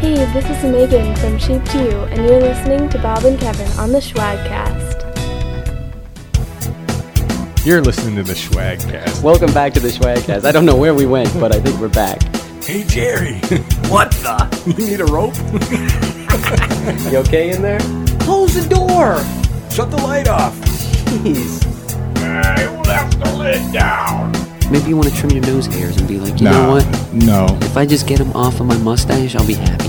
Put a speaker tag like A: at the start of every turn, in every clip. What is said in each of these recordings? A: Hey, this is Megan from Sheep to You, and you're listening to Bob and Kevin on the Schwagcast.
B: You're listening to the Schwagcast.
C: Welcome back to the Schwagcast. I don't know where we went, but I think we're back.
B: Hey Jerry,
D: What the?
B: you need a rope?
C: You okay in there?
D: Close the door!
B: Shut the light off.
C: Jeez.
B: I left the lid down.
D: Maybe you want to trim your nose hairs and be like, you know
B: No,
D: what?
B: no.
D: If I just get them off of my mustache, I'll be happy.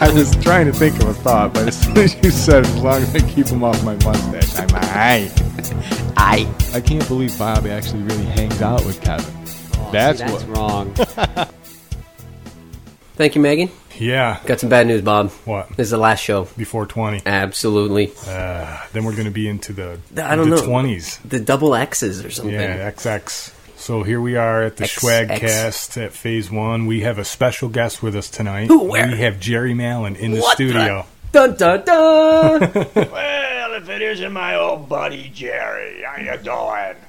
B: I was trying to think of a thought, but as soon as you said, as long as I keep them off my mustache, I'm aight.
D: I.
B: I can't believe Bob actually really hangs out with Kevin.
D: Oh,
C: that's wrong.
D: Thank you, Megan.
B: Yeah.
D: Got some bad news, Bob.
B: What?
D: This is the last show.
B: Before 20.
D: Absolutely.
B: Uh, then we're going to be into the,
D: I don't
B: the
D: know.
B: 20s.
D: The double X's or something.
B: Yeah, XX. So here we are at the
D: X,
B: Schwagcast at Phase 1. We have a special guest with us tonight.
D: Who, where?
B: We have Jerry Mallon in the
D: What the-
B: studio.
D: Dun dun dun!
E: Well, if it isn't my old buddy Jerry, how you doing?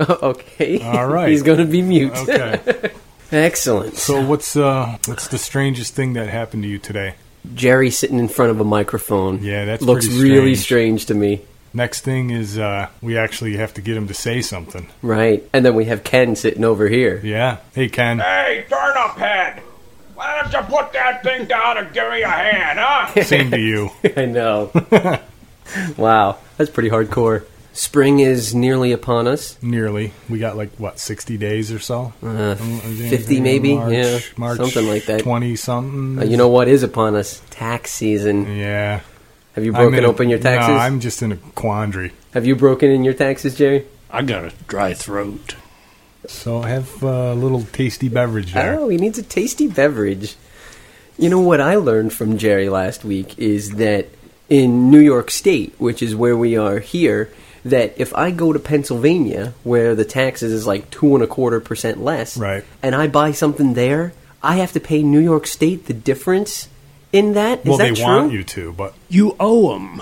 D: okay.
B: All right.
D: He's going to be mute.
B: Okay.
D: Excellent.
B: so what's uh what's the strangest thing that happened to you today?
D: Jerry sitting in front of a microphone.
B: Yeah, that's
D: Looks
B: pretty
D: really strange to me.
B: Next thing is uh we actually have to get him to say something.
D: Right. And then we have Ken sitting over here.
B: Yeah. Hey Ken.
E: Hey, turnip head! Why don't you put that thing down and give me a hand, huh?
B: Same to you.
D: I know. wow, that's pretty hardcore. Spring is nearly upon us.
B: Nearly. We got like what, sixty days or so?
D: Uh,
B: Mm, I think
D: 50 maybe?
B: March,
D: Yeah,
B: March
D: something like that.
B: Twenty something.
D: Uh, you know what is upon us? Tax season.
B: Yeah.
D: Have you
B: Mm. I'm
D: broken
B: in a-
D: open your taxes?
B: No, I'm just in a quandary.
D: Have you broken in your taxes, Jerry?
E: I got a dry throat.
B: So have uh, a little tasty beverage there.
D: Oh, he needs a tasty beverage. You know what I learned from Jerry last week is that in New York State, which is where we are here, that if I go to Pennsylvania, where the taxes is like two and a quarter percent less,
B: Right.
D: and I buy something there, I have to pay New York State the difference in that. Is
B: well,
D: that
B: they
D: true?
B: want you to, but
E: You owe him.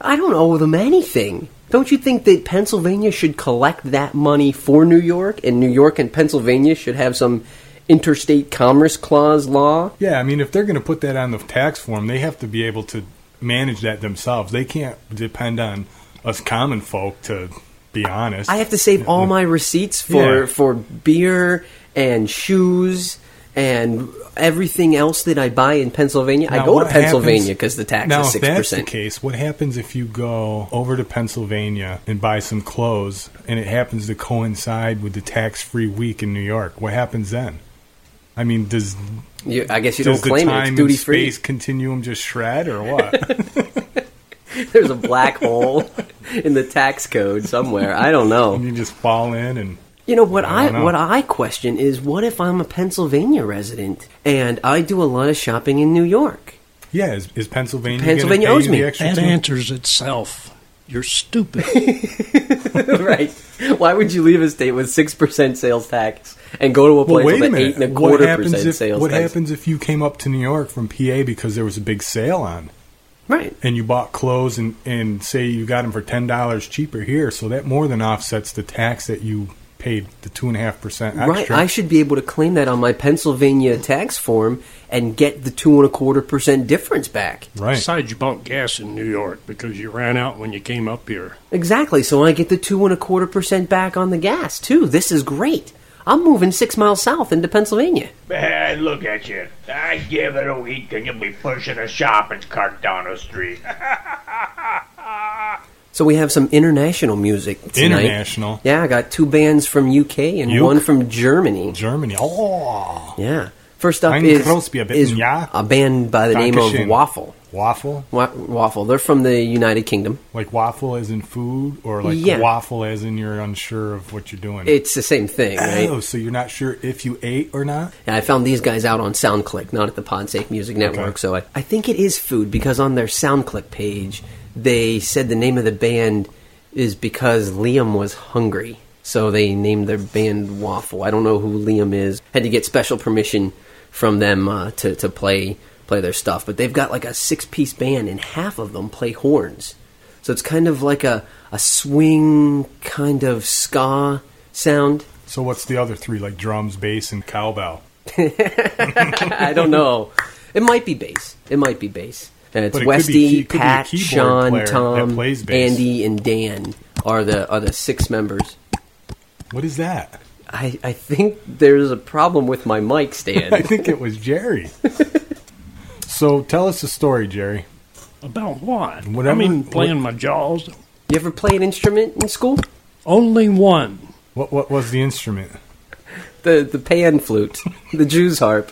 D: I don't owe them anything. Don't you think that Pennsylvania should collect that money for New York, and New York and Pennsylvania should have some interstate commerce clause law?
B: yeah, I mean, if they're going to put that on the tax form, they have to be able to manage that themselves. They can't depend on us common folk to be honest.
D: I have to save all my receipts for
B: Yeah.
D: for beer and shoes and everything else that I buy in Pennsylvania. I
B: Now,
D: go
B: what
D: to Pennsylvania
B: happens-
D: because the tax
B: now,
D: is
B: if
D: six
B: that's the
D: percent.
B: case, what happens if you go over to Pennsylvania and buy some clothes, and it happens to coincide with the tax-free week in New York? What happens then? I mean, does
D: I guess you
B: does
D: don't
B: the
D: claim it.
B: time
D: It's
B: and
D: duty free.
B: space continuum just shred or what?
D: There's a black hole in the tax code somewhere. I don't know.
B: you just fall in and
D: You know what
B: I
D: I,
B: don't know.
D: what I question is what if I'm a Pennsylvania resident and I do a lot of shopping in New York?
B: yeah, is, is Pennsylvania gonna
D: Pennsylvania
B: pay
D: owes
B: you
D: me.
B: the extra
F: That
B: two-
F: answers itself. You're stupid.
D: right. Why would you leave a state with 6% sales tax and go to a
B: Well,
D: place
B: wait a
D: with an 8
B: minute.
D: and a
B: what
D: quarter
B: happens
D: percent
B: if
D: sales
B: what
D: tax?
B: happens if you came up to New York from PA because there was a big sale on?
D: Right.
B: and you bought clothes and, and say you got them for ten dollars cheaper here, so that more than offsets the tax that you paid the two and a half percent
D: Right.
B: extra.
D: I should be able to claim that on my Pennsylvania tax form and get the two and a quarter percent difference back.
B: right.
F: Besides, you bought gas in New York because you ran out when you came up here.
D: Exactly. So I get the two and a quarter percent back on the gas too. This is great. I'm moving six miles south into Pennsylvania.
E: Man, look at you. I give it a week and you'll be pushing a shopping cart down the street.
D: So we have some international music tonight.
B: International
D: Yeah, I got two bands from UK and
B: Uke.
D: one from Germany.
B: Germany. Oh,
D: Yeah. First up
B: Ein
D: is,
B: Großbier, bitte,
D: is
B: ja?
D: a band by the name
B: Dankeschön.
D: of Waffle.
B: waffle
D: Wa- Waffle. They're from the United Kingdom.
B: like waffle as in food, or like
D: Yeah.
B: waffle as in you're unsure of what you're doing.
D: It's the same thing, right?
B: Oh, so you're not sure if you ate or not?
D: And I found these guys out on SoundClick, not at the PodSafe Music Network.
B: Okay.
D: So I, I think it is food because on their SoundClick page, they said the name of the band is because Liam was hungry. So they named their band Waffle. I don't know who Liam is. Had to get special permission from them uh, to, to play play their stuff. But they've got like a six piece band, and half of them play horns. So it's kind of like a, a swing kind of ska sound.
B: So what's the other three? Like drums, bass, and cowbell.
D: I don't know. It might be bass. It might be bass. And it's
B: But it could be
D: Westy,
B: key- could be a
D: Pat,
B: keyboard
D: Sean,
B: player
D: Tom,
B: that plays bass.
D: Andy, and Dan are the are the six members.
B: What is that?
D: I, I think there's a problem with my mic
B: I
D: stand.
B: think it was Jerry. so tell us a story, Jerry.
F: About what? I
B: Whatever-
F: mean, playing my jaws.
D: you ever play an instrument in school?
F: Only one.
B: What what was the instrument?
D: The the pan flute, the Jew's harp,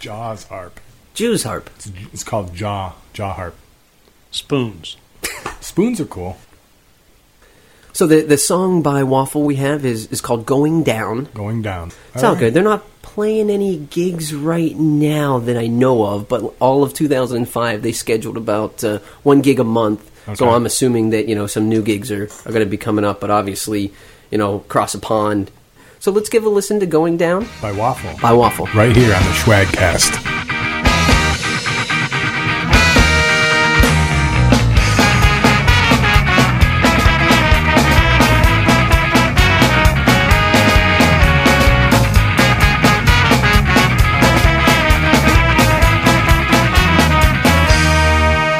B: Jaws harp.
D: Jew's harp.
B: It's, it's called jaw jaw harp.
F: Spoons.
B: Spoons are cool.
D: So the the song by Waffle we have is is called "Going Down."
B: Going down.
D: It's all good. They're not playing any gigs right now that I know of, but all of 2005 they scheduled about uh, one gig a month. So
B: Okay.
D: I'm assuming that you know some new gigs are are going to be coming up, but obviously you know cross a pond. So let's give a listen to "Going Down"
B: By waffle.
D: by Waffle.
B: Right here on the Schwagcast.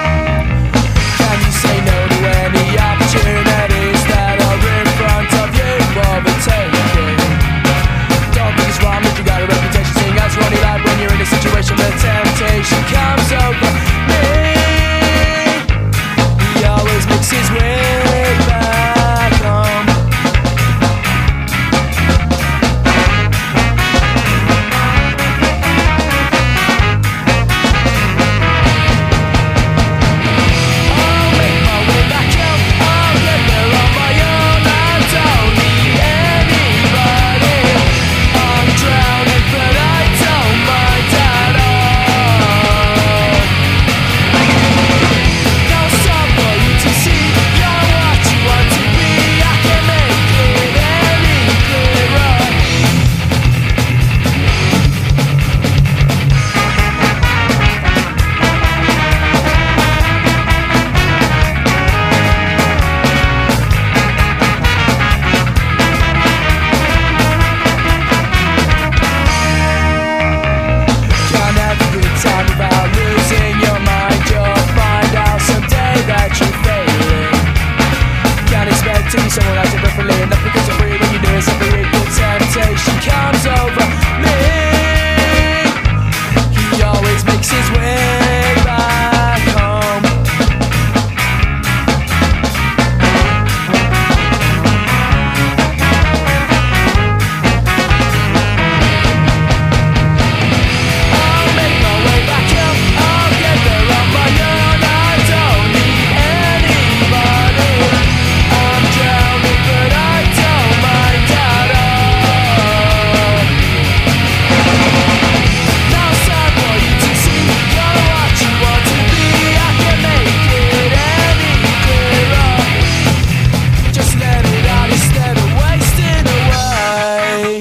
G: Can you say no to any opportunities that are in front of you while they're taking? Don't think it's wrong if you got a reputation, seeing as what you like when you're in a situation where temptation comes over me. He always makes his way back home. Don't stop for you to see You're what you want to be I can make it any clearer Can't have a good time without losing your mind. You'll find out someday that you're failing. Can't expect to be someone else differently enough because you're free when you do is every equal temptation comes over me. He always makes his way back home. I'll make my way back up. I'll get there on my own. I don't need anybody. I'm drowning, but I don't mind at all. Now it's time for you to see. You're what you want to be. I can make it any clearer. Just let it out instead of wasting away.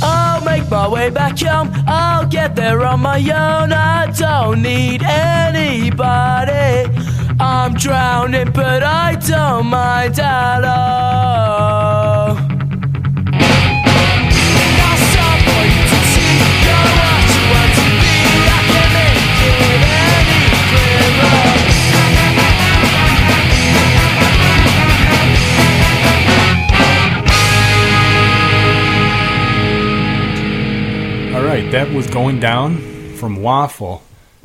G: I'll make my way back home. I'll get there on my own. I don't need anybody. I'm drowning, but I don't mind at all. Now it's time for you to see you're what you want to be. I can make it any clearer.
B: All right, that was going down from Waffle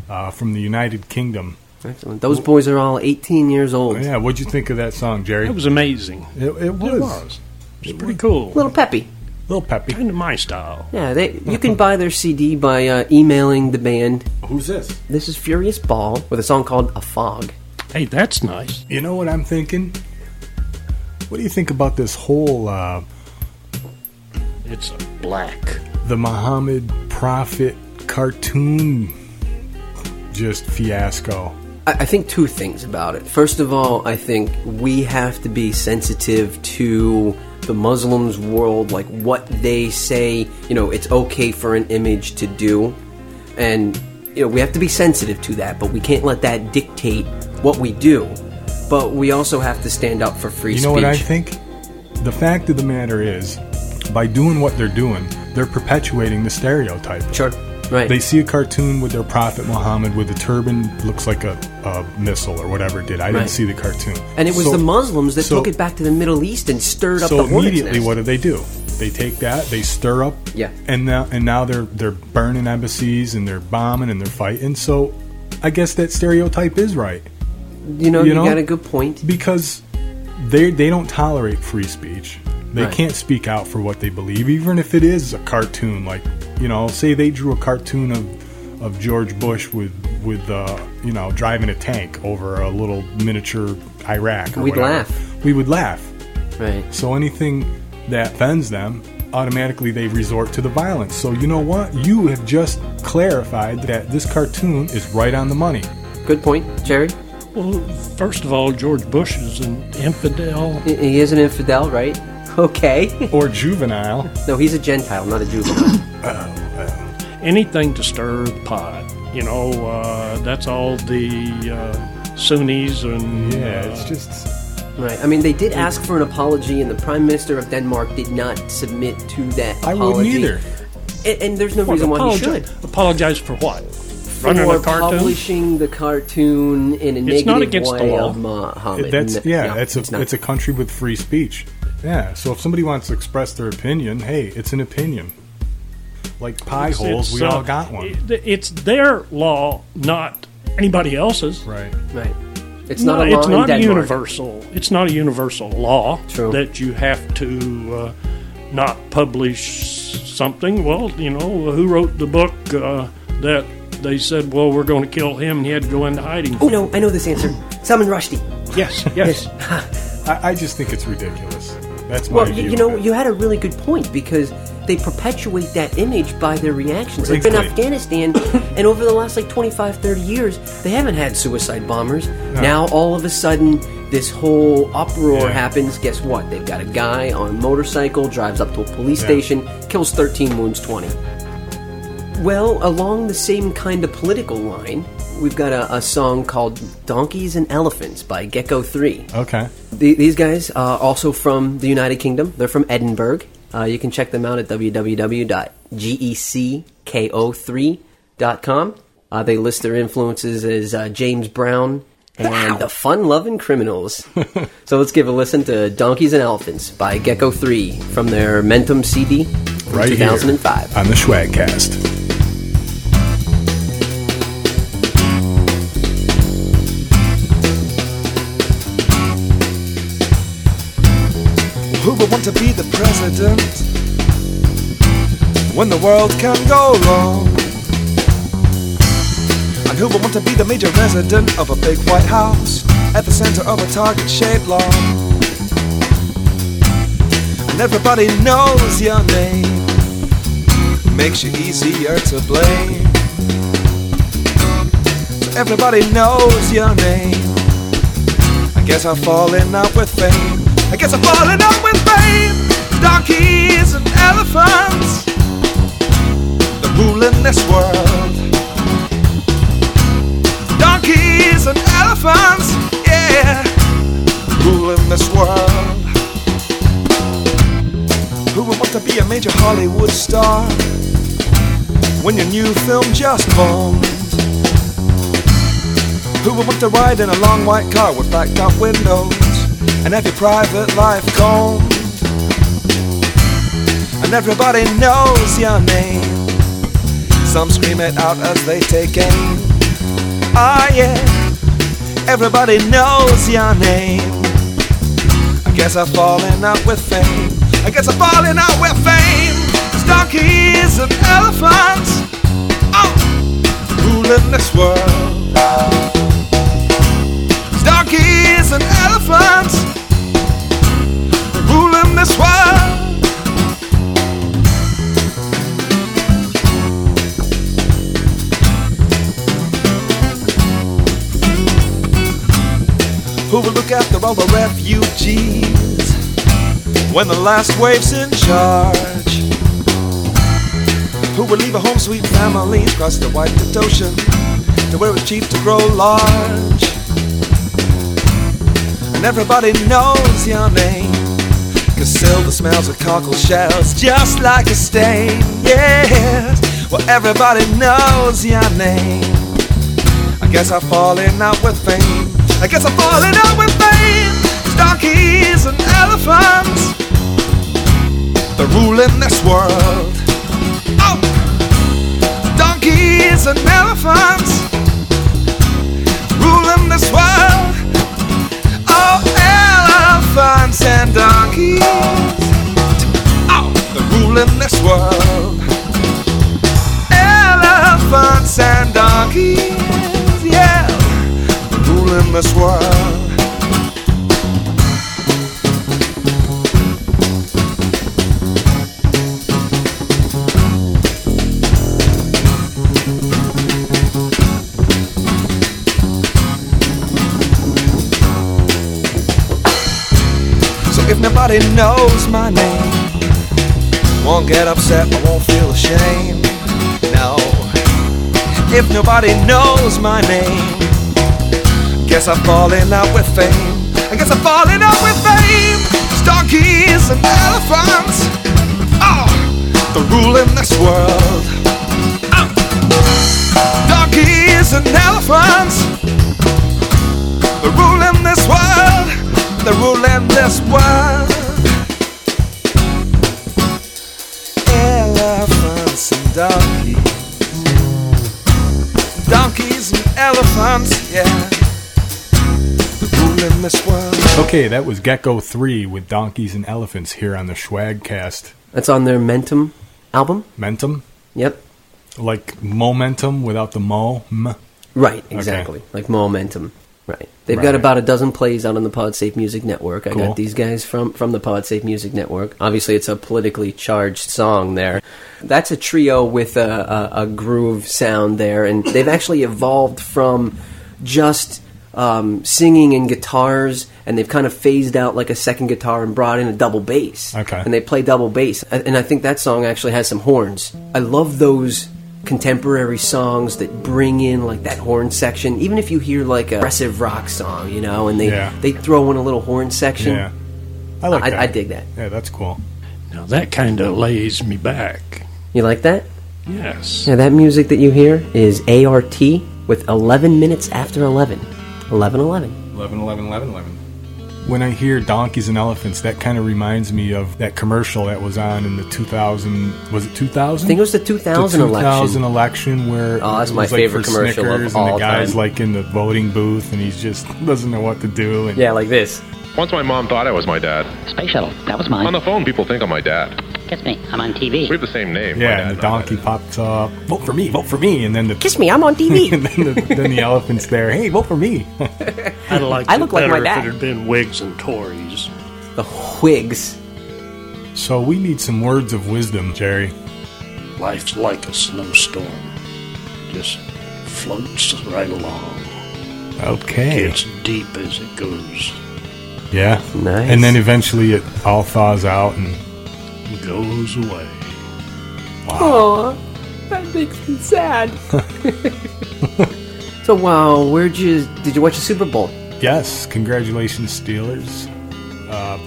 B: uh, from the United Kingdom.
D: Excellent. Those boys are all 18 years old.
B: Oh, Yeah, what'd you think of that song, Jerry?
F: It was amazing.
B: It, it was.
F: It was. It was pretty cool.
D: Little peppy.
B: Little peppy.
F: Kind of my style.
D: Yeah, they, you can buy their CD by uh, emailing the band.
B: Who's this?
D: This is Furious Ball with a song called A Fog.
F: Hey, that's nice.
B: You know what I'm thinking? What do you think about this whole uh,
F: It's black.
B: the Muhammad Prophet cartoon just fiasco.
D: I, I think two things about it. First of all, I think we have to be sensitive to the Muslims' world, like what they say, you know, it's okay for an image to do. And, you know, we have to be sensitive to that, but we can't let that dictate what we do. But we also have to stand up for free
B: You
D: speech.
B: know what I think? The fact of the matter is, by doing what they're doing, they're perpetuating the stereotype.
D: Sure. Right.
B: They see a cartoon with their prophet Muhammad with a turban, looks like a, a missile or whatever it did. I
D: Right.
B: didn't see the cartoon.
D: and it was
B: So-
D: the Muslims that
B: so-
D: took it back to the Middle East and stirred up
B: so
D: the hornet's
B: immediately
D: nest.
B: what do they do they take that they stir up
D: Yeah.
B: and now and now they're they're burning embassies and they're bombing and they're fighting so i guess that stereotype is right
D: you know,
B: you
D: you,
B: know?
D: got a good point.
B: because they they don't tolerate free speech they
D: Right.
B: can't speak out for what they believe even if it is a cartoon like you know say they drew a cartoon of of george bush with with uh, you know driving a tank over a little miniature iraq or
D: We'd
B: whatever.
D: laugh.
B: we would laugh
D: Right.
B: so anything that offends them, automatically they resort to the violence. So you know what? You have just clarified that this cartoon is right on the money.
D: Good point, Jerry.
F: Well, first of all, George Bush is an infidel.
D: He- He is an infidel, right? Okay.
B: Or juvenile.
D: No, he's a Gentile, not a juvenile.
F: Anything to stir the pot. You know, uh, that's all the uh, Sunnis and
B: Yeah,
F: uh,
B: it's just
D: right. I mean, they did ask for an apology, and the Prime Minister of Denmark did not submit to that
B: I
D: apology.
B: wouldn't either.
D: And, and there's no
F: Well,
D: reason why he should.
F: apologize- Apologize for what? Running
D: For
F: a cartoon.
D: publishing the cartoon in a
F: It's
D: negative
F: not against the
D: way
F: law.
D: of Muhammad.
B: That's
D: N-
B: yeah,
D: no,
B: that's a
D: it's
B: it's,
D: not.
B: a country with free speech. Yeah, so if somebody wants to express their opinion, hey, it's an opinion. Like pie holes, we
F: uh,
B: all got one.
F: it- it's their law, not anybody else's.
B: right.
D: right. It's not a law
F: No, it's
D: in
F: not
D: Denmark.
F: universal. It's not a universal law
D: True.
F: that you have to uh, not publish something. Well, you know, who wrote the book uh, that they said, well, we're going to kill him, and he had to go into hiding?
D: Oh no, I know this answer. Salman Rushdie.
F: Yes, yes.
B: I, I just think it's ridiculous. That's my
D: Well,
B: view.
D: you, you know,
B: of it.
D: you had a really good point because they perpetuate that image by their reactions. Like in
B: Exactly.
D: Afghanistan, and over the last like 25, 30 years, they haven't had suicide bombers. Now, all of a sudden, this whole uproar
B: Yeah.
D: happens. Guess what? They've got a guy on a motorcycle, drives up to a police
B: Yeah.
D: station, kills 13, wounds 20. Well, along the same kind of political line, we've got a, a song called Donkeys and Elephants by Gecko 3.
B: okay.
D: The, these guys are also from the United Kingdom. They're from Edinburgh. Uh, you can check them out at E www.gecko3.com. Uh, they list their influences as uh, James Brown and the Fun Loving Criminals. so let's give a listen to Donkeys and Elephants by Gecko 3 from their Mentum CD from
B: Right here.
D: 2005.
B: On the Schwagcast.
H: Who would want to be the president when the world can go wrong? And who would want to be the major resident of a big white house at the center of a target shaped lawn? And everybody knows your name, makes you easier to blame. So everybody knows your name. I guess I'm falling out with fame. I guess I'm falling out with fame. Donkeys and elephants, the ruling this world. Donkeys and elephants, yeah, ruling this world. Who would want to be a major Hollywood star when your new film just bombed? Who would want to ride in a long white car with black out windows and have your private life combed? And everybody knows your name. Some scream it out as they take aim. Ah, yeah. Everybody knows your name. I guess I'm falling out with fame. I guess I'm falling out with fame. It's donkeys and elephants. Oh, ruling this world donkeys and elephants ruling this world. all the refugees when the last wave's in charge. Who would leave a home, sweet families, across the white ocean to where it's cheap to grow large. And everybody knows your name, cause silver smells of cockle shells just like a stain. Yes, well, everybody knows your name. I guess I'm falling out with fame. I guess I'm falling out with fame. Donkeys and elephants, they're ruling this world. Oh, donkeys and elephants, ruling this world. Oh, elephants and donkeys, oh, they're ruling this world. Elephants and donkeys, yeah, they're ruling this world. So if nobody knows my name, won't get upset, I won't feel ashamed. No. If nobody knows my name, guess I'm falling out with fame. I guess I'm falling out with fame. It's donkeys and elephants. Oh, the rule in this world. Oh. Donkeys and elephants. The rule in this world, the rule in this world. Elephants and donkeys, donkeys and elephants, yeah. The rule in this world.
B: Okay, that was Gecko 3 with Donkeys and Elephants here on the Schwagcast.
D: That's on their Mentum album.
B: Mentum?
D: Yep.
B: Like momentum without the mo. M.
D: Right, exactly. Like momentum. Right. They've
B: Right.
D: got about a dozen plays out on the PodSafe Music Network. I
B: Cool.
D: got these guys from from the PodSafe Music Network. Obviously, it's a politically charged song there. That's a trio with a, a, a groove sound there, and they've actually evolved from just um, singing and guitars, and they've kind of phased out like a second guitar and brought in a double bass.
B: Okay.
D: And they play double bass, A- and I think that song actually has some horns. I love those contemporary songs that bring in like that horn section. Even if you hear like a aggressive rock song, you know, and they
B: Yeah.
D: they throw in a little horn section.
B: Yeah. I like
D: I-
B: that.
D: I dig that.
B: Yeah, that's cool.
F: Now that kind of lays me back.
D: You like that?
F: Yes.
D: Yeah, that music that you hear is ART with 11 minutes after 11. 11 11.
B: 11, 11, 11, 11. When I hear donkeys and elephants, that kind of reminds me of that commercial that was on in the 2000. Was it 2000?
D: I think it was the 2000
B: the
D: election.
B: 2000 election where
D: Oh, that's
B: it
D: my
B: was,
D: favorite
B: for
D: commercial of
B: Snickers and
D: all
B: the guy's
D: time.
B: like in the voting booth and he's just doesn't know what to do and
D: Yeah, like this.
I: Once my mom thought I was my dad.
J: Space shuttle. That was
I: On
J: mine.
I: the phone, people think I'm my dad.
J: Kiss me. I'm on TV.
I: We have the same name. my
B: yeah,
I: dad
B: and the
I: and I.
B: donkey pops up. Vote for me, vote for me, and then the
D: Kiss me, I'm on
B: and
D: TV.
B: then the, then the elephant's there. Hey, vote for me.
F: I'd like
D: I
F: it
D: look like my
F: better
D: dad.
F: if it had been Whigs and Tories.
D: the Whigs.
B: So we need some words of wisdom, Jerry.
F: Life's like a snowstorm. Just floats right along.
B: Okay.
F: It's deep as it goes.
B: Yeah.
D: Nice.
B: And then eventually it all thaws out and
F: Goes away.
D: So wow, where'd you did you watch the Super Bowl?
B: yes, congratulations, Steelers.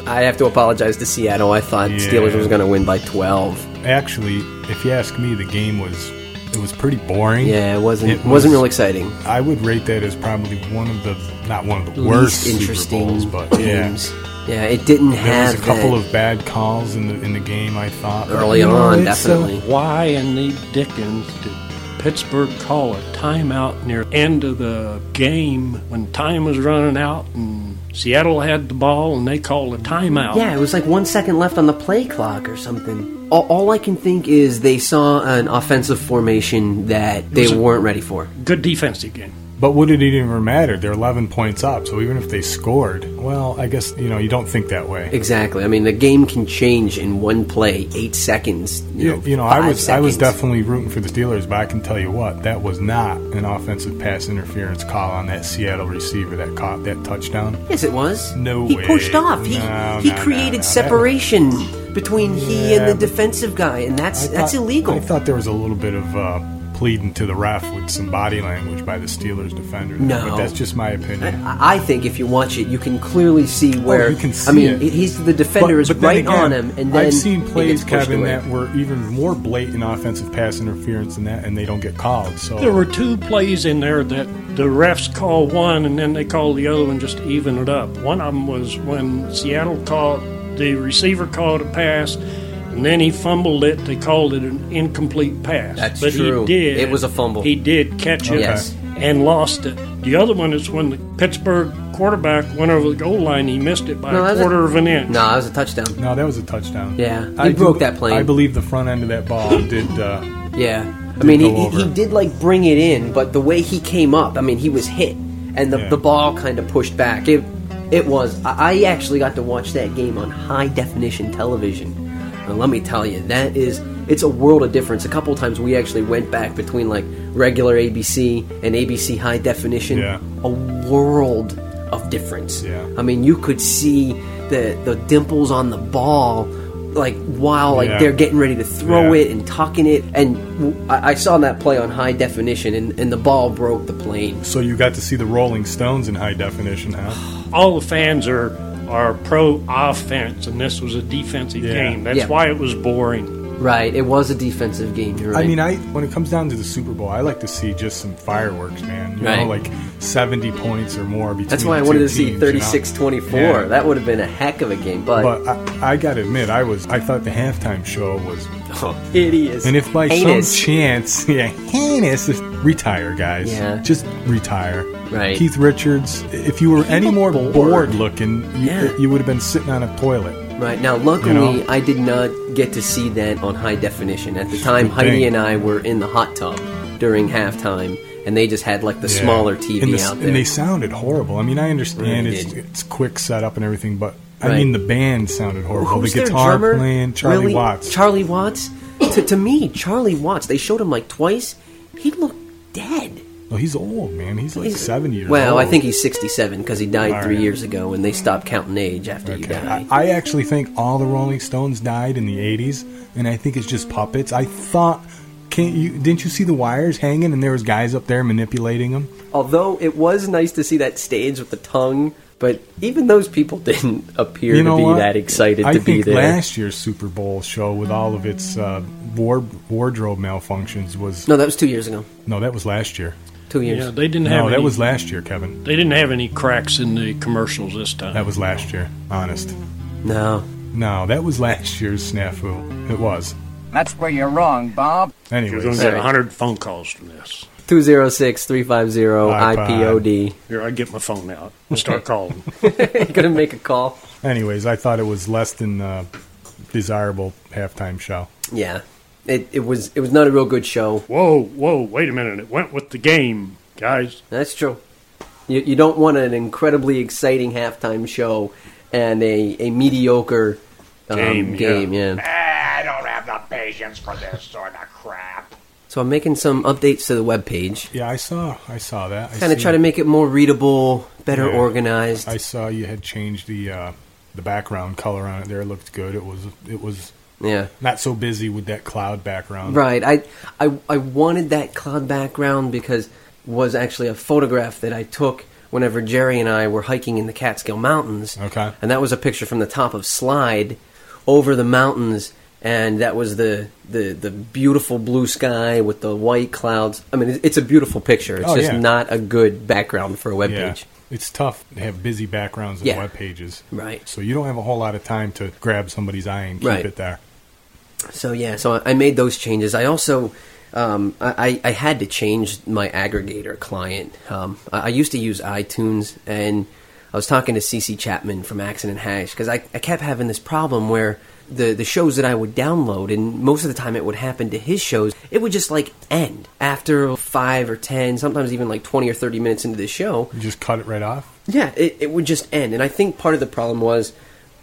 D: I have to apologize to Seattle. I thought
B: Yeah.
D: Steelers was going to win by 12.
B: Actually, if you ask me, the game was it was pretty boring.
D: Yeah, it wasn't
B: It
D: it wasn't
B: was-
D: real exciting.
B: I would rate that as probably one of the not one of the worst
D: Least interesting
B: Super Bowls, but yeah,
D: games. Yeah, it didn't
B: there was
D: have
B: a couple
D: that
B: of bad calls in the in the game. I thought
D: early
F: You know,
D: on,
F: it's, uh,
D: definitely.
F: why in the dickens did Pittsburgh call a timeout near end of the game when time was running out and Seattle had the ball and they called a timeout?
D: Yeah, it was like one second left on the play clock or something. All, all I can think is they saw an offensive formation that they
F: was a-
D: weren't ready for.
F: Good defensive game.
B: But would it even matter? They're 11 points up, so even if they scored, well, I guess, you know, you don't think that way.
D: Exactly. I mean, the game can change in one play, eight seconds. You know,
B: You, you know, I
D: five
B: was I was
D: seconds.
B: definitely rooting for the Steelers, but I can tell you what, that was not an offensive pass interference call on that Seattle receiver that caught that touchdown.
D: Yes, it was.
B: No
D: he
B: way.
D: pushed off. He
B: No,
D: he
B: no, no,
D: created
B: no. That-
D: separation between he and
B: Yeah,
D: the
B: but-
D: defensive guy, and that's
B: I
D: that's
B: thought-
D: illegal.
B: I thought there was a little bit of uh, pleading to the ref with some body language by the Steelers defender.
D: No.
B: but that's just my opinion.
D: I I think if you watch it, you can clearly see where.
B: Oh, you can
D: I
B: see
D: mean,
B: it.
D: he- he's the defender
B: But-
D: is
B: but then
D: right
B: again,
D: on him, and then
B: I've seen
D: he
B: plays,
D: gets pushed
B: Kevin,
D: away.
B: that were even more blatant offensive pass interference than that, and they don't get called. So
F: There were two plays in there that the refs call one and then they call the other one just to even it up. One of them was when Seattle caught the receiver called a pass and then he fumbled it. They called it an incomplete pass.
D: That's
F: but he
D: true.
F: did.
D: It was a fumble.
F: He did catch it
D: Yes.
F: and lost it. The other one is when the Pittsburgh quarterback went over the goal line. He missed it by
D: No, that
F: a
D: was a-
F: quarter of an inch.
D: No, that was a touchdown.
B: no, that was a touchdown.
D: Yeah, he
B: I do-
D: broke that plane.
B: I believe the front end of that ball did. Uh,
D: Yeah, I mean,
B: go
D: he, he,
B: over.
D: he did like bring it in, but the way he came up, I mean, he was hit, and the,
B: Yeah.
D: the ball kind of pushed back. It it was. I, I actually got to watch that game on high definition television, and let me tell you, that is it's a world of difference. A couple times we actually went back between like regular ABC and ABC high definition.
B: Yeah.
D: A world of difference.
B: Yeah.
D: I mean, you could see the the dimples on the ball. Like while like
B: Yeah.
D: they're getting ready to throw
B: Yeah.
D: it and tucking it. And w- I, I saw that play on high definition, and, and the ball broke the plane.
B: so you got to see the Rolling Stones in high definition, huh?
F: all the fans are are pro offense, and this was a defensive
B: Yeah.
F: game. That's
D: Yeah.
F: why it was boring.
D: Right, it was a defensive game. You're right.
B: I mean, I when it comes down to the Super Bowl, I like to see just some fireworks, man. You
D: Right.
B: know, like seventy points or more between.
D: that's why I
B: the
D: wanted
B: two
D: to see
B: teams, you know?
D: 36 24.
B: Yeah.
D: That would have been a heck of a game, but,
B: But I, I gotta admit, I was I thought the halftime show was,
D: hideous.
B: and if by
D: Heinous.
B: some chance, yeah, heinous, if- retire guys,
D: Yeah.
B: just retire.
D: Right.
B: Keith Richards, if you were any more bored, looking, you,
D: Yeah.
B: you would have been sitting on a toilet.
D: Right now,
B: You
D: luckily,
B: know?
D: I did not get to see that on high definition. At the time,
B: Good
D: Heidi
B: thing.
D: and I were in the hot tub during halftime, and they just had like the
B: Yeah.
D: smaller TV
B: and the,
D: out there.
B: and they sounded horrible. I mean, I understand
D: Right,
B: it's
D: it-
B: it's quick setup and everything, but
D: Right.
B: I mean the band sounded horrible.
D: Who's
B: the
D: their
B: guitar
D: drummer?
B: playing, Charlie
D: Really?
B: Watts.
D: Charlie Watts. to, to me, Charlie Watts. They showed him like twice. He looked dead.
B: no, he's old, man. He's like
D: He's-
B: seventy years
D: well,
B: old.
D: I think he's sixty-seven because he died
B: All
D: three
B: right.
D: years ago, and they stopped counting age after you
B: Okay.
D: die.
B: I, I actually think all the Rolling Stones died in the '80s, and I think it's just puppets. I thought, can't you? Didn't you see the wires hanging, and there was guys up there manipulating them?
D: Although it was nice to see that stage with the tongue, but even those people didn't appear
B: you know
D: to be
B: what?
D: that excited
B: I
D: to
B: think
D: be there.
B: last year's Super Bowl show with all of its uh, war- wardrobe malfunctions was
D: no, that was two years ago.
B: no, that was last year.
D: Two years.
F: Yeah, they didn't have
B: No,
F: any,
B: that was last year, Kevin.
F: they didn't have any cracks in the commercials this time.
B: That was last year. Honest.
D: No,
B: No, that was last year's snafu. It was.
K: That's where you're wrong, Bob.
F: You're going
B: Anyways,
F: to get hundred phone calls from this.
D: 206-350 IPOD.
F: Here, I get my phone out and start calling.
D: You're going to make a call?
B: anyways, I thought it was less than uh, desirable halftime show.
D: Yeah. It, it was it was not a real good show.
F: whoa, whoa, wait a minute! It went with the game, guys.
D: That's true. You, you don't want an incredibly exciting halftime show and a, a mediocre um,
F: Game, yeah.
D: game, yeah.
E: Ah, I don't have the patience for this sort of crap.
D: So I'm making some updates to the webpage.
B: Yeah, I saw. I saw that. I
D: Kind of
B: see-
D: try to make it more readable, better
B: Yeah.
D: organized.
B: I saw you had changed the uh, the background color on it. There, it looked good. It was it was
D: yeah.
B: not so busy with that cloud background.
D: Right. I, I I wanted that cloud background because was actually a photograph that I took whenever Jerry and I were hiking in the Catskill Mountains.
B: Okay.
D: And that was a picture from the top of Slide over the mountains and that was the the, the beautiful blue sky with the white clouds. I mean, it's- it's a beautiful picture. It's
B: Oh,
D: just
B: yeah.
D: not a good background for a web
B: Yeah.
D: page.
B: It's tough to have busy backgrounds and
D: Yeah.
B: web pages.
D: Right.
B: So you don't have a whole lot of time to grab somebody's eye and keep
D: Right.
B: it there.
D: So yeah, so I I made those changes. I also um, I, I I had to change my aggregator client. Um, I, I used to use iTunes, and I was talking to CC Chapman from Accident Hash because I, I kept having this problem where the the shows that I would download, and most of the time it would happen to his shows. It would just like end after five or ten, sometimes even like twenty or thirty minutes into the show.
B: You just cut it right off.
D: Yeah, it, it would just end, and I think part of the problem was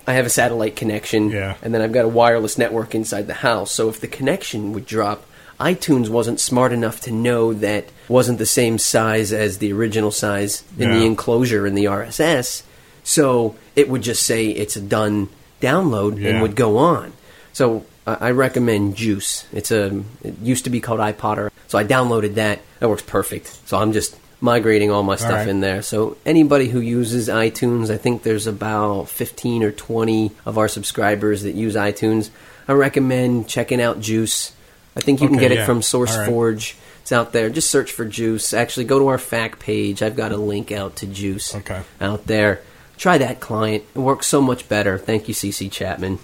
D: I have a satellite connection,
B: Yeah.
D: and then I've got a wireless network inside the house. So if the connection would drop, iTunes wasn't smart enough to know that wasn't the same size as the original size in the
L: Yeah.
D: enclosure in the RSS. So it would just say it's a done download and
L: Yeah.
D: would go on. So I I recommend Juice. It's a it used to be called iPodder. So I downloaded that. That works perfect. So I'm just migrating all my
L: All
D: stuff
L: right.
D: in there. So anybody who uses iTunes, I think there's about 15 or 20 of our subscribers that use iTunes. I recommend checking out Juice. I think you can
L: Okay,
D: get it
L: yeah.
D: from
L: All
D: SourceForge. It's out there. Just search for Juice. Actually, go to our FAQ page. I've got a link out to Juice out there. Try that client. It works so much better. Thank you, CC Chapman.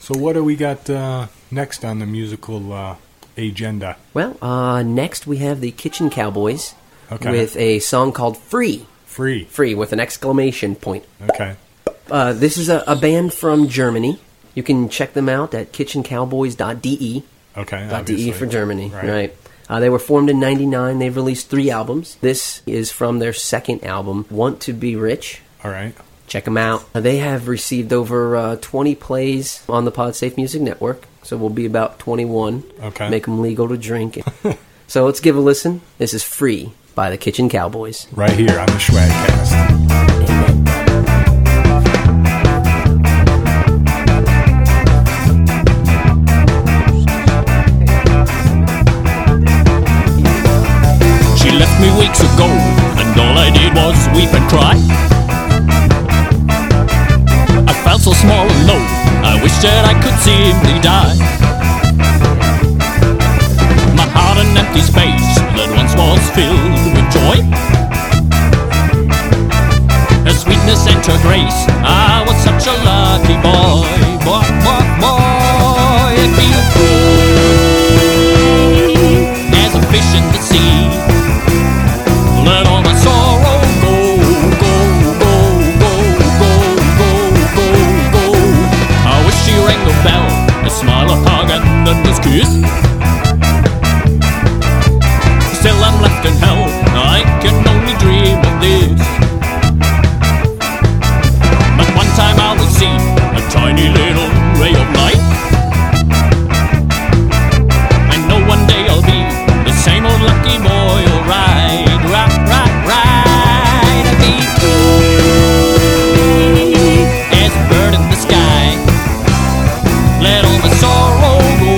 B: So what do we got uh, next on the musical uh, agenda?
D: Well, uh, next we have the Kitchen Cowboys
B: Okay.
D: with a song called Free.
B: Free.
D: Free with an exclamation point.
B: Okay.
D: Uh, this is a, a band from Germany. You can check them out at kitchencowboys.de.
B: Okay.
D: Dot .de
B: obviously.
D: for Germany.
B: Right.
D: Right. Uh, they were formed in 99. They've released three albums. This is from their second album, Want to Be Rich.
B: All right.
D: Check them out. Uh, they have received over uh, 20 plays on the PodSafe Music Network, so we'll be about 21.
B: Okay.
D: Make them legal to drink. so let's give a listen. This is Free by the Kitchen Cowboys.
B: Right here on the Schwagcast.
M: She left me weeks ago, and all I did was weep and cry. I felt so small and low, I wished that I could simply die. My heart an empty space that once was filled with joy. Her sweetness and her grace, I was such a lucky boy. Boy, boy, boy, it feels free as a fish in the sea. Let all my sorrow go, go, go, go, go, go, go, go. I wish she rang the bell, a smile upon and then was kissed. Still I'm left in hell, I can only dream of this. But one time I will see a tiny little ray of light. I know one day I'll be the same old lucky boy, alright, right, right, right. I'll be free as a bird in the sky. Let all my sorrow go.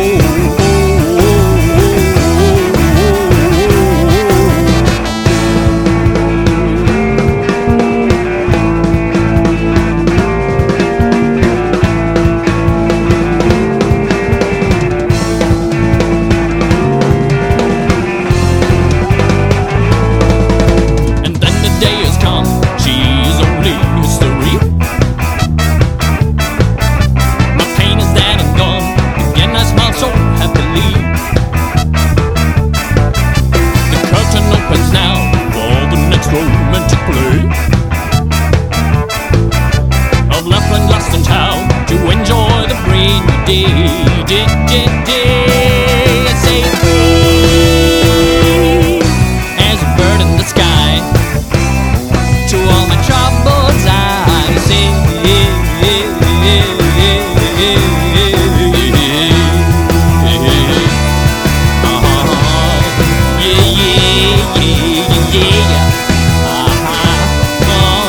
M: And then the day has come, she's only history. My pain is dead and gone, again I smile so happily. The curtain opens now for the next romantic play. Of love and lust and how to enjoy the rainy day. Day, day, day. I say, free as a bird in the sky. To all my troubles, I say. Uh-huh. Yeah, yeah, yeah, yeah, yeah. Uh-huh. Oh,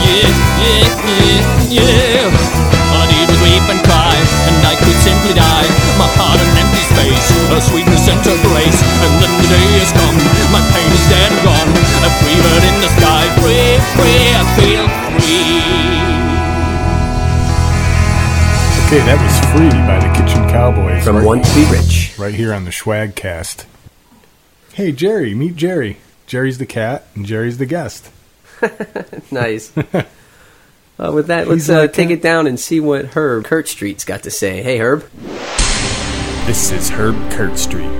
M: yeah, yeah, yeah, yeah. Uh-huh. I did weep and cry, and I could simply die. My heart an empty space, a sweetness and a grace. And then the day has come, my pain is dead and gone. A free bird in the sky, free, free, I feel free.
B: Okay, that was Free by the Kitchen Cowboys.
D: From
B: Right-
D: Want to Be Rich.
B: Right here on the Schwagcast. Hey, Jerry, meet Jerry. Jerry's the cat, and Jerry's the guest.
D: nice. Uh, with that, let's
B: He's
D: uh, take it down and see what Herb Kurt Street's got to say. Hey, Herb.
N: This is Herb Kurt Street.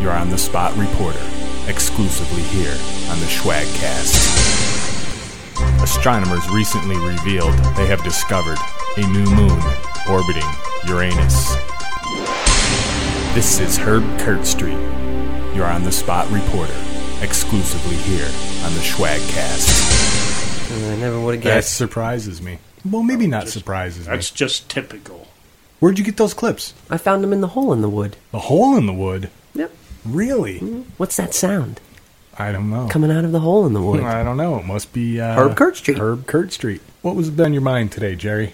N: You're on the Spot Reporter, exclusively here on the Schwagcast. Astronomers recently revealed they have discovered a new moon orbiting Uranus. This is Herb Kurt Street, your on the spot reporter, exclusively here on the Schwagcast.
D: Uh, I never would have
B: That
D: guessed.
B: surprises me. Well, maybe not surprises me.
F: That's just typical.
B: Where'd you get those clips?
D: I found them in the hole in the wood.
B: The hole in the wood?
D: Yep.
B: Really?
D: What's that sound?
B: I don't know.
D: Coming out of the hole in the wood.
B: I don't know. It must be uh,
D: Herb Kurt Street.
B: Herb Kurt Street. What was on your mind today, Jerry?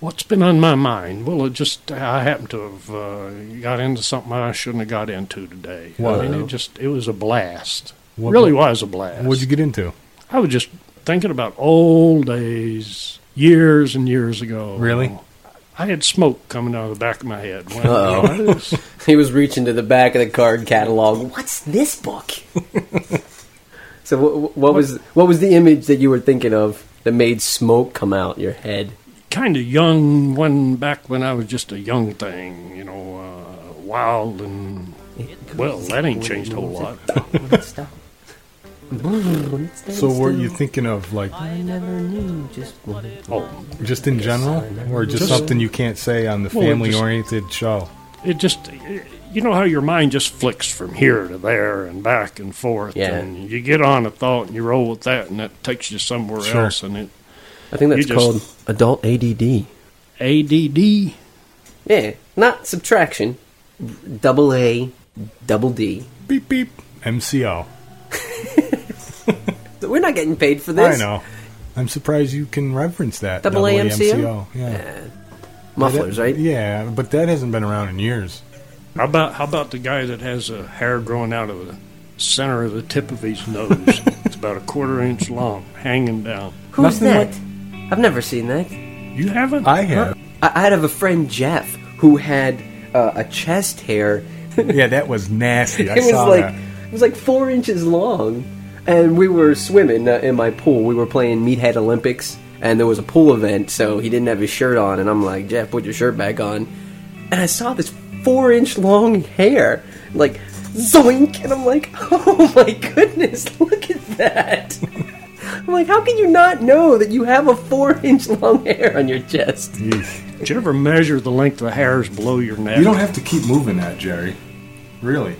F: What's been on my mind? Well, it just I happen to have uh, got into something I shouldn't have got into today.
B: Wow.
F: I mean, it just it was a blast.
B: What-
F: really was a blast.
B: What'd you get into?
F: I was just thinking about old days, years and years ago.
B: Really?
F: I had smoke coming out of the back of my head. When,
D: Uh-oh. he was reaching to the back of the card catalog. What's this book? so, what, what, was what was the image that you were thinking of that made smoke come out your head?
F: kind of young when back when I was just a young thing, you know, uh, wild and well, that ain't changed a whole lot.
B: So, were you thinking of like
D: I never knew just what it
F: oh,
B: just in general, or just,
F: Just-
B: something you can't say on the
F: Well, it just-
B: family-oriented show?
F: it just you know how your mind just flicks from here to there and back and forth
D: Yeah.
F: and you get on a thought and you roll with that and that takes you somewhere
D: Sure.
F: else and it
D: I think that's
F: You just-
D: called adult ADD.
F: ADD.
D: Yeah, not subtraction. Double A, double D.
B: Beep beep. MCO.
D: We're not getting paid for
B: I
D: this.
B: know. I'm surprised you can reference that.
D: Double A MCO?
B: Yeah.
D: Mufflers,
B: That-
D: right?
B: Yeah, but that hasn't been around in years.
F: How about how about the guy that has a hair growing out of the center of the tip of his nose? it's about a quarter inch long, hanging down.
D: Who's
F: Nothing
D: that?
F: like-
D: I've never seen that.
F: you haven't?
B: I have.
D: I, I have a friend Jeff who had uh, a chest hair.
B: yeah, that was nasty. I
D: it was
B: saw
D: like
B: that.
D: it was like four inches long, and we were swimming uh, in my pool. We were playing Meathead Olympics, and there was a pool event, so he didn't have his shirt on. And I'm like, Jeff, put your shirt back on. And I saw this four inch long hair, like zoink, and I'm like, oh my goodness, look at that. I'm like, how can you not know that you have a four inch long hair on your chest?
F: Did you ever measure the length of the hairs below your neck?
B: You don't have to keep moving that, Jerry. Really.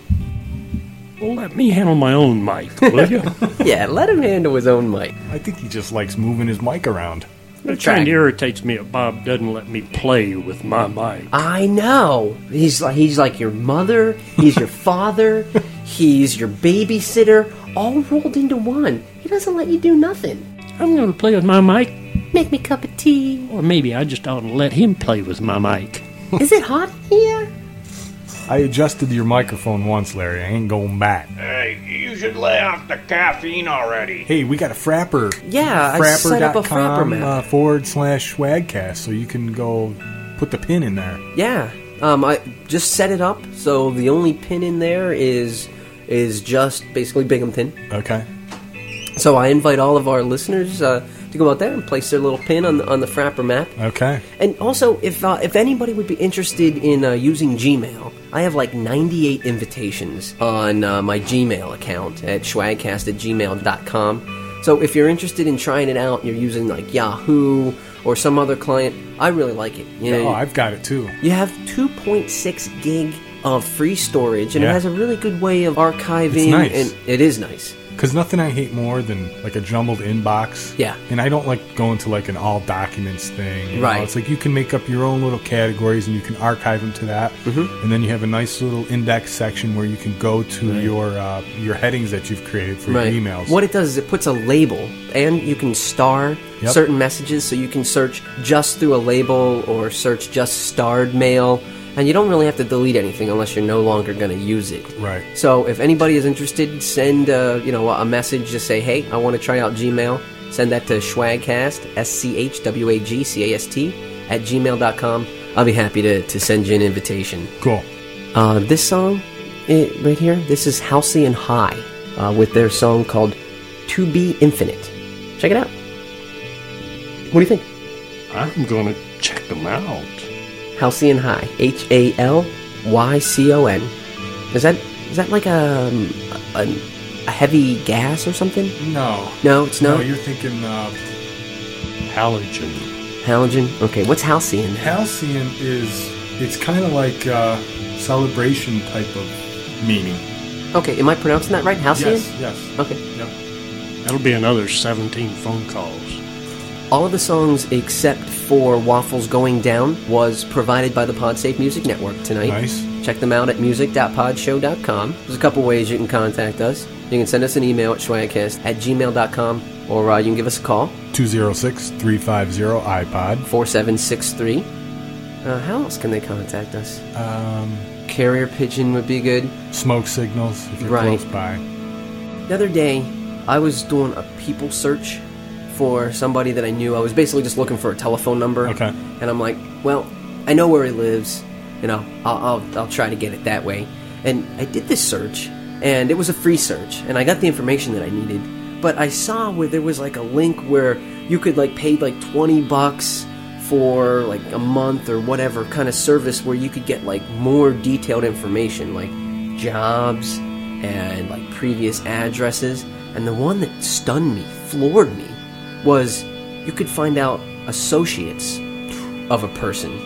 F: Well, let me handle my own mic, will you?
D: Yeah, let him handle his own mic.
B: I think he just likes moving his mic around.
F: It kind of irritates me if Bob doesn't let me play with my mic.
D: I know. He's like he's like your mother. He's your father. He's your babysitter. All rolled into one. He doesn't let you do nothing.
F: I'm going to play with my mic,
D: Make me a cup of tea.
F: or maybe I just ought to let him play with my mic.
D: Is it hot here?
B: I adjusted your microphone once, Larry. I ain't going back.
E: Hey, you should lay off the caffeine already.
B: Hey, we got a frapper.
D: Yeah, I set up a frapper
B: frapper.com,
D: map.
B: uh, forward slash swagcast, so you can go put the pin in there.
D: Yeah. Um, I just set it up so the only pin in there is is just basically Binghamton.
B: Okay.
D: So I invite all of our listeners uh, to go out there and place their little pin on the, on the Frapper map.
B: Okay.
D: And also, if uh, if anybody would be interested in uh, using Gmail, I have like 98 invitations on uh, my Gmail account at schwagcast at gmail.com. So if you're interested in trying it out, you're using like Yahoo or some other client, I really like it. You know,
B: Oh, I've got it too.
D: you have 2.6 gig of free storage, and it
B: Yeah.
D: has a really good way of archiving.
B: It's nice.
D: And it is nice.
B: Because nothing I hate more than like a jumbled inbox.
D: Yeah.
B: And I don't like going to like an all documents thing. you know?
D: Right.
B: It's like you can make up your own little categories and you can archive them to that. Mm-hmm. And then you have a nice little index section where you can go to your uh, your headings that you've created for your emails.
D: What it does is it puts a label, and you can star
B: Yep.
D: certain messages, so you can search just through a label or search just starred mail, and you don't really have to delete anything unless you're no longer going to use it.
B: Right.
D: So if anybody is interested, send uh, you know a message to say, hey, I want to try out Gmail. Send that to schwagcast, S C H W A G C A S T, at gmail.com. I'll be happy to, to send you an invitation.
B: Cool.
D: Uh, this song, eh, right here, this is Halcyon High uh, with their song called To Be Infinite. Check it out. What do you think?
F: I'm going to check him out.
D: Halcyon High. H A L Y C O N. Is that is that like a, um, a, a heavy gas or something?
B: No.
D: No, it's not.
B: you're thinking uh,
F: Halogen.
D: Halogen? Okay, what's halcyon?
B: Halcyon is it's kind of like uh, celebration type of meaning.
D: Okay, am I pronouncing that right? Halcyon?
B: Yes, yes.
D: Okay.
F: That'll be another 17 phone calls.
D: All of the songs except for Waffles Going Down was provided by the PodSafe Music Network tonight.
B: Nice.
D: Check them out at music.podshow.com. There's a couple ways you can contact us. You can send us an email at swagcast at gmail.com or uh, you can give us a call,
B: 206 350 iPod.
D: 4763. Uh, how else can they contact us? Um, Carrier pigeon would be good.
B: Smoke signals if you're
D: Right.
B: close by.
D: The other day, I was doing a people search for somebody that I knew. I was basically just looking for a telephone number.
B: Okay.
D: And I'm like, well, I know where he lives. You know, I'll, I'll, I'll try to get it that way. And I did this search, and it was a free search, and I got the information that I needed. But I saw where there was like a link where you could like pay like 20 bucks for like a month or whatever kind of service where you could get like more detailed information like jobs and like previous addresses and the one that stunned me floored me was you could find out associates of a person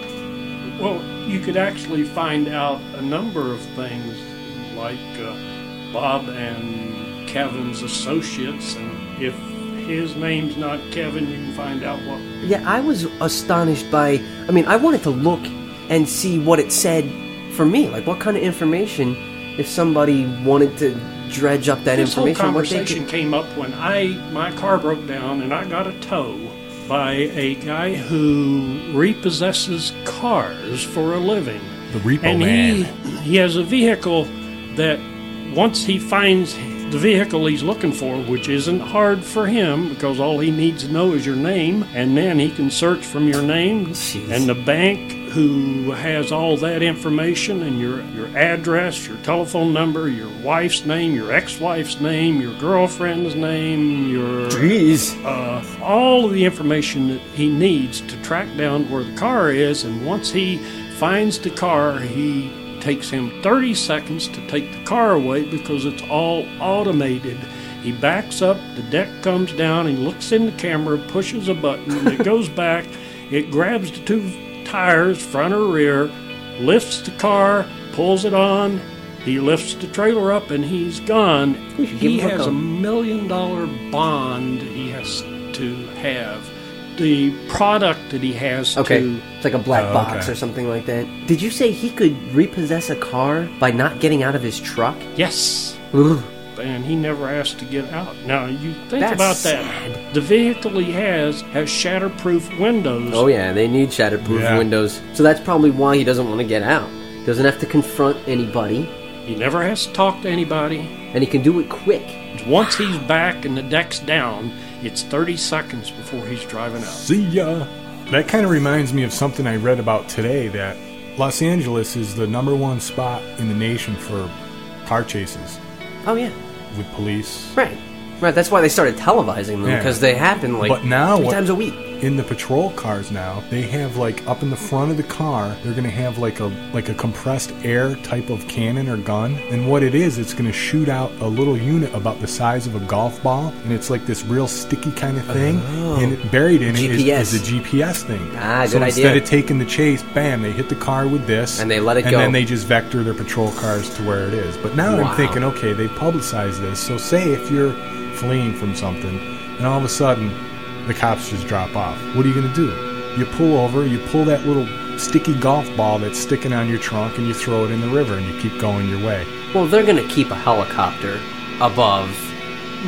F: Well, you could actually find out a number of things like uh, Bob and Kevin's associates, and if his name's not Kevin, you can find out what.
D: Yeah, I was astonished by. I mean, I wanted to look and see what it said for me. Like, what kind of information, if somebody wanted to dredge up that
F: this whole
D: information, what they
F: conversation came up when I my car broke down and I got a tow by a guy who repossesses cars for a living.
B: The repo
F: and
B: man.
F: he he has a vehicle that once he finds the vehicle he's looking for, which isn't hard for him because all he needs to know is your name, and then he can search from your name and the bank who has all that information and your your address, your telephone number, your wife's name, your ex-wife's name, your girlfriend's name, your
D: Jeez.
F: uh, all of the information that he needs to track down where the car is. And once he finds the car, he takes him 30 seconds to take the car away because it's all automated. He backs up, the deck comes down, he looks in the camera, pushes a button, and it goes back. It grabs the two tires, front or rear, lifts the car, pulls it on. He lifts the trailer up and he's gone.
D: give
F: He
D: him a
F: has a
D: call.
F: million dollar bond he has to have. The product that he has
D: Okay,
F: to.
D: it's like a black Oh, box okay. or something like that. Did you say he could repossess a car by not getting out of his truck?
F: Yes.
D: Ooh.
F: And he never asked to get out. Now, you think
D: That's
F: about that. The vehicle he has has shatterproof windows.
D: Oh yeah, they need shatterproof
F: Yeah.
D: windows. So that's probably why he doesn't want to get out. Doesn't have to confront anybody.
F: He never has to talk to anybody.
D: And he can do it quick.
F: Once he's back and the deck's down, it's 30 seconds before he's driving out.
B: See ya. That kind of reminds me of something I read about today that Los Angeles is the number one spot in the nation for car chases
D: Oh yeah.
B: with police.
D: Right. Right, that's why they started televising them
B: Yeah.
D: because they happen like
B: but now
D: three
B: what-
D: times a week.
B: In the patrol cars now, they have like up in the front of the car, they're gonna have like a like a compressed air type of cannon or gun. And what it is, it's gonna shoot out a little unit about the size of a golf ball, and it's like this real sticky kind of thing.
N: Oh.
B: And it, buried in it
N: GPS.
B: is, is a GPS thing.
N: Ah,
B: so
N: good
B: instead
N: idea.
B: of taking the chase, bam, they hit the car with this,
N: And they let it
B: and
N: go.
B: then they just vector their patrol cars to where it is. But now
N: Wow.
B: I'm thinking, okay, they publicize this. So say if you're fleeing from something, and all of a sudden the cops just drop off. What are you going to do? You pull over, you pull that little sticky golf ball that's sticking on your trunk, and you throw it in the river, and you keep going your way.
D: Well, they're going to keep a helicopter above.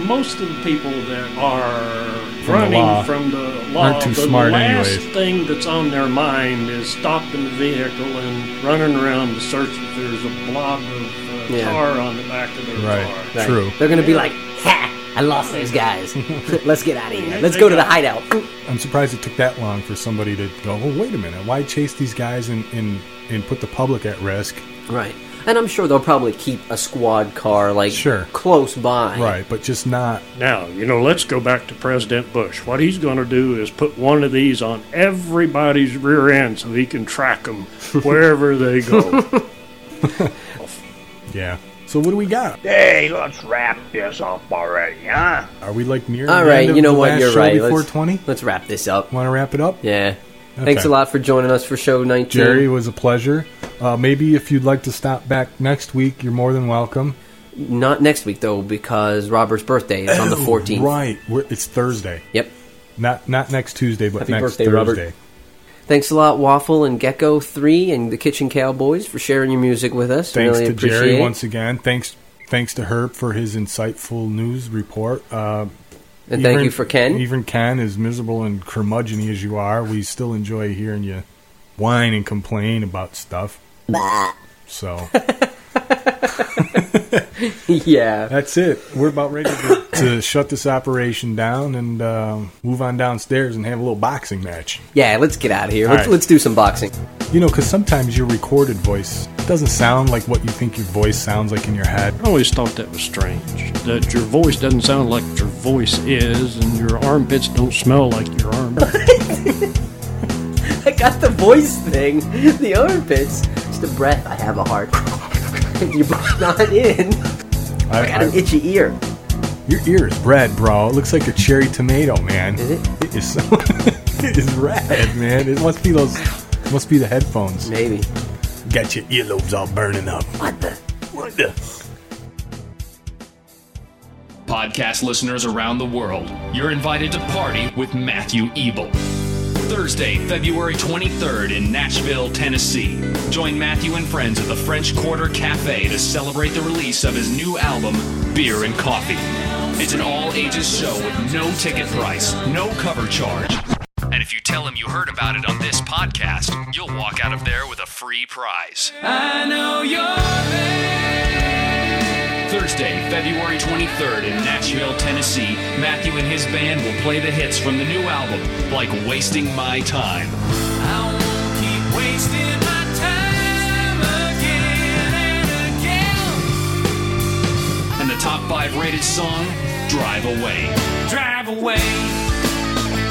F: most of the people that are
B: From the
F: running
B: law
F: from the law,
B: aren't too
F: the
B: smart
F: last
B: anyways.
F: thing that's on their mind is stopping the vehicle and running around to search if there's a blob of uh,
D: Yeah.
F: tar on the back of their car.
D: Right. They're going to be like, ha, I lost these guys. Let's get out of here. Let's go to the hideout.
B: I'm surprised it took that long for somebody to go, well, wait a minute, why chase these guys and, and, and put the public at risk?
D: Right. And I'm sure they'll probably keep a squad car like close by.
B: Right, but just not.
F: Now, you know, let's go back to President Bush. What he's going to do is put one of these on everybody's rear end so he can track them wherever they go.
B: Yeah. So what do we got?
E: Hey, let's wrap this up already, huh?
B: Are we like near?
D: All
B: the
D: right,
B: end of
D: you know
B: the
D: what?
B: last
D: You're
B: show
D: right.
B: Before
D: Let's-
B: 20?
D: Let's wrap this up.
B: Want to wrap it up?
D: Yeah.
B: Okay.
D: Thanks a lot for joining us for show 19.
B: Jerry, it was a pleasure. Uh, maybe if you'd like to stop back next week, you're more than welcome.
D: Not next week though, because Robert's birthday is on the
B: Oh,
D: 14th.
B: Right, We're, it's Thursday.
D: Yep.
B: Not not next Tuesday, but
D: Happy
B: next
D: birthday, Robert.
B: Thursday.
D: Thanks a lot, Waffle and Gecko Three and the Kitchen Cowboys for sharing your music with us.
B: Thanks
D: really
B: to
D: appreciate
B: Jerry
D: it.
B: once again. Thanks thanks to Herb for his insightful news report. Uh,
D: And thank you for Ken.
B: Even Ken, as miserable and curmudgeon as you are, we still enjoy hearing you whine and complain about stuff. So
D: yeah,
B: that's it. We're about ready to, to shut this operation down and uh, move on downstairs and have a little boxing match.
D: Yeah, let's get out of here.
B: All
D: Let's,
B: right.
D: let's do some boxing.
B: You know, because sometimes your recorded voice doesn't sound like what you think your voice sounds like in your head.
F: I always thought that was strange that your voice doesn't sound like your voice is, and your armpits don't smell like your armpits.
D: I got the voice thing, the armpits, just the breath. I have a heart. You're both not in.
B: I,
D: got an itchy ear.
B: Your ear is red, bro. It looks like a cherry tomato, man. Is
D: it?
B: It is, so- it is red, man. It must be those. Must be the headphones.
D: Maybe.
B: Got your earlobes all burning up. What the? What the?
L: Podcast listeners around the world, you're invited to party with Matthew Ebel. Thursday, February 23rd in Nashville, Tennessee. Join Matthew and friends at the French Quarter Cafe to celebrate the release of his new album, Beer and Coffee. It's an all ages show with no ticket price, no cover charge. And if you tell him you heard about it on this podcast, you'll walk out of there with a free prize.
M: I know you're
L: Thursday, February 23rd in Nashville, Tennessee, Matthew and his band will play the hits from the new album, like Wasting My Time.
M: wasting my time again and again.
L: And the top five rated song, Drive Away.
M: Drive away.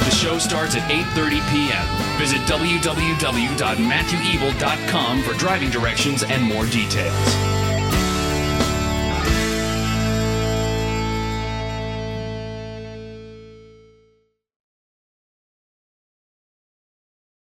L: The show starts at 8.30 p.m. Visit www.matthewevil.com for driving directions and more details.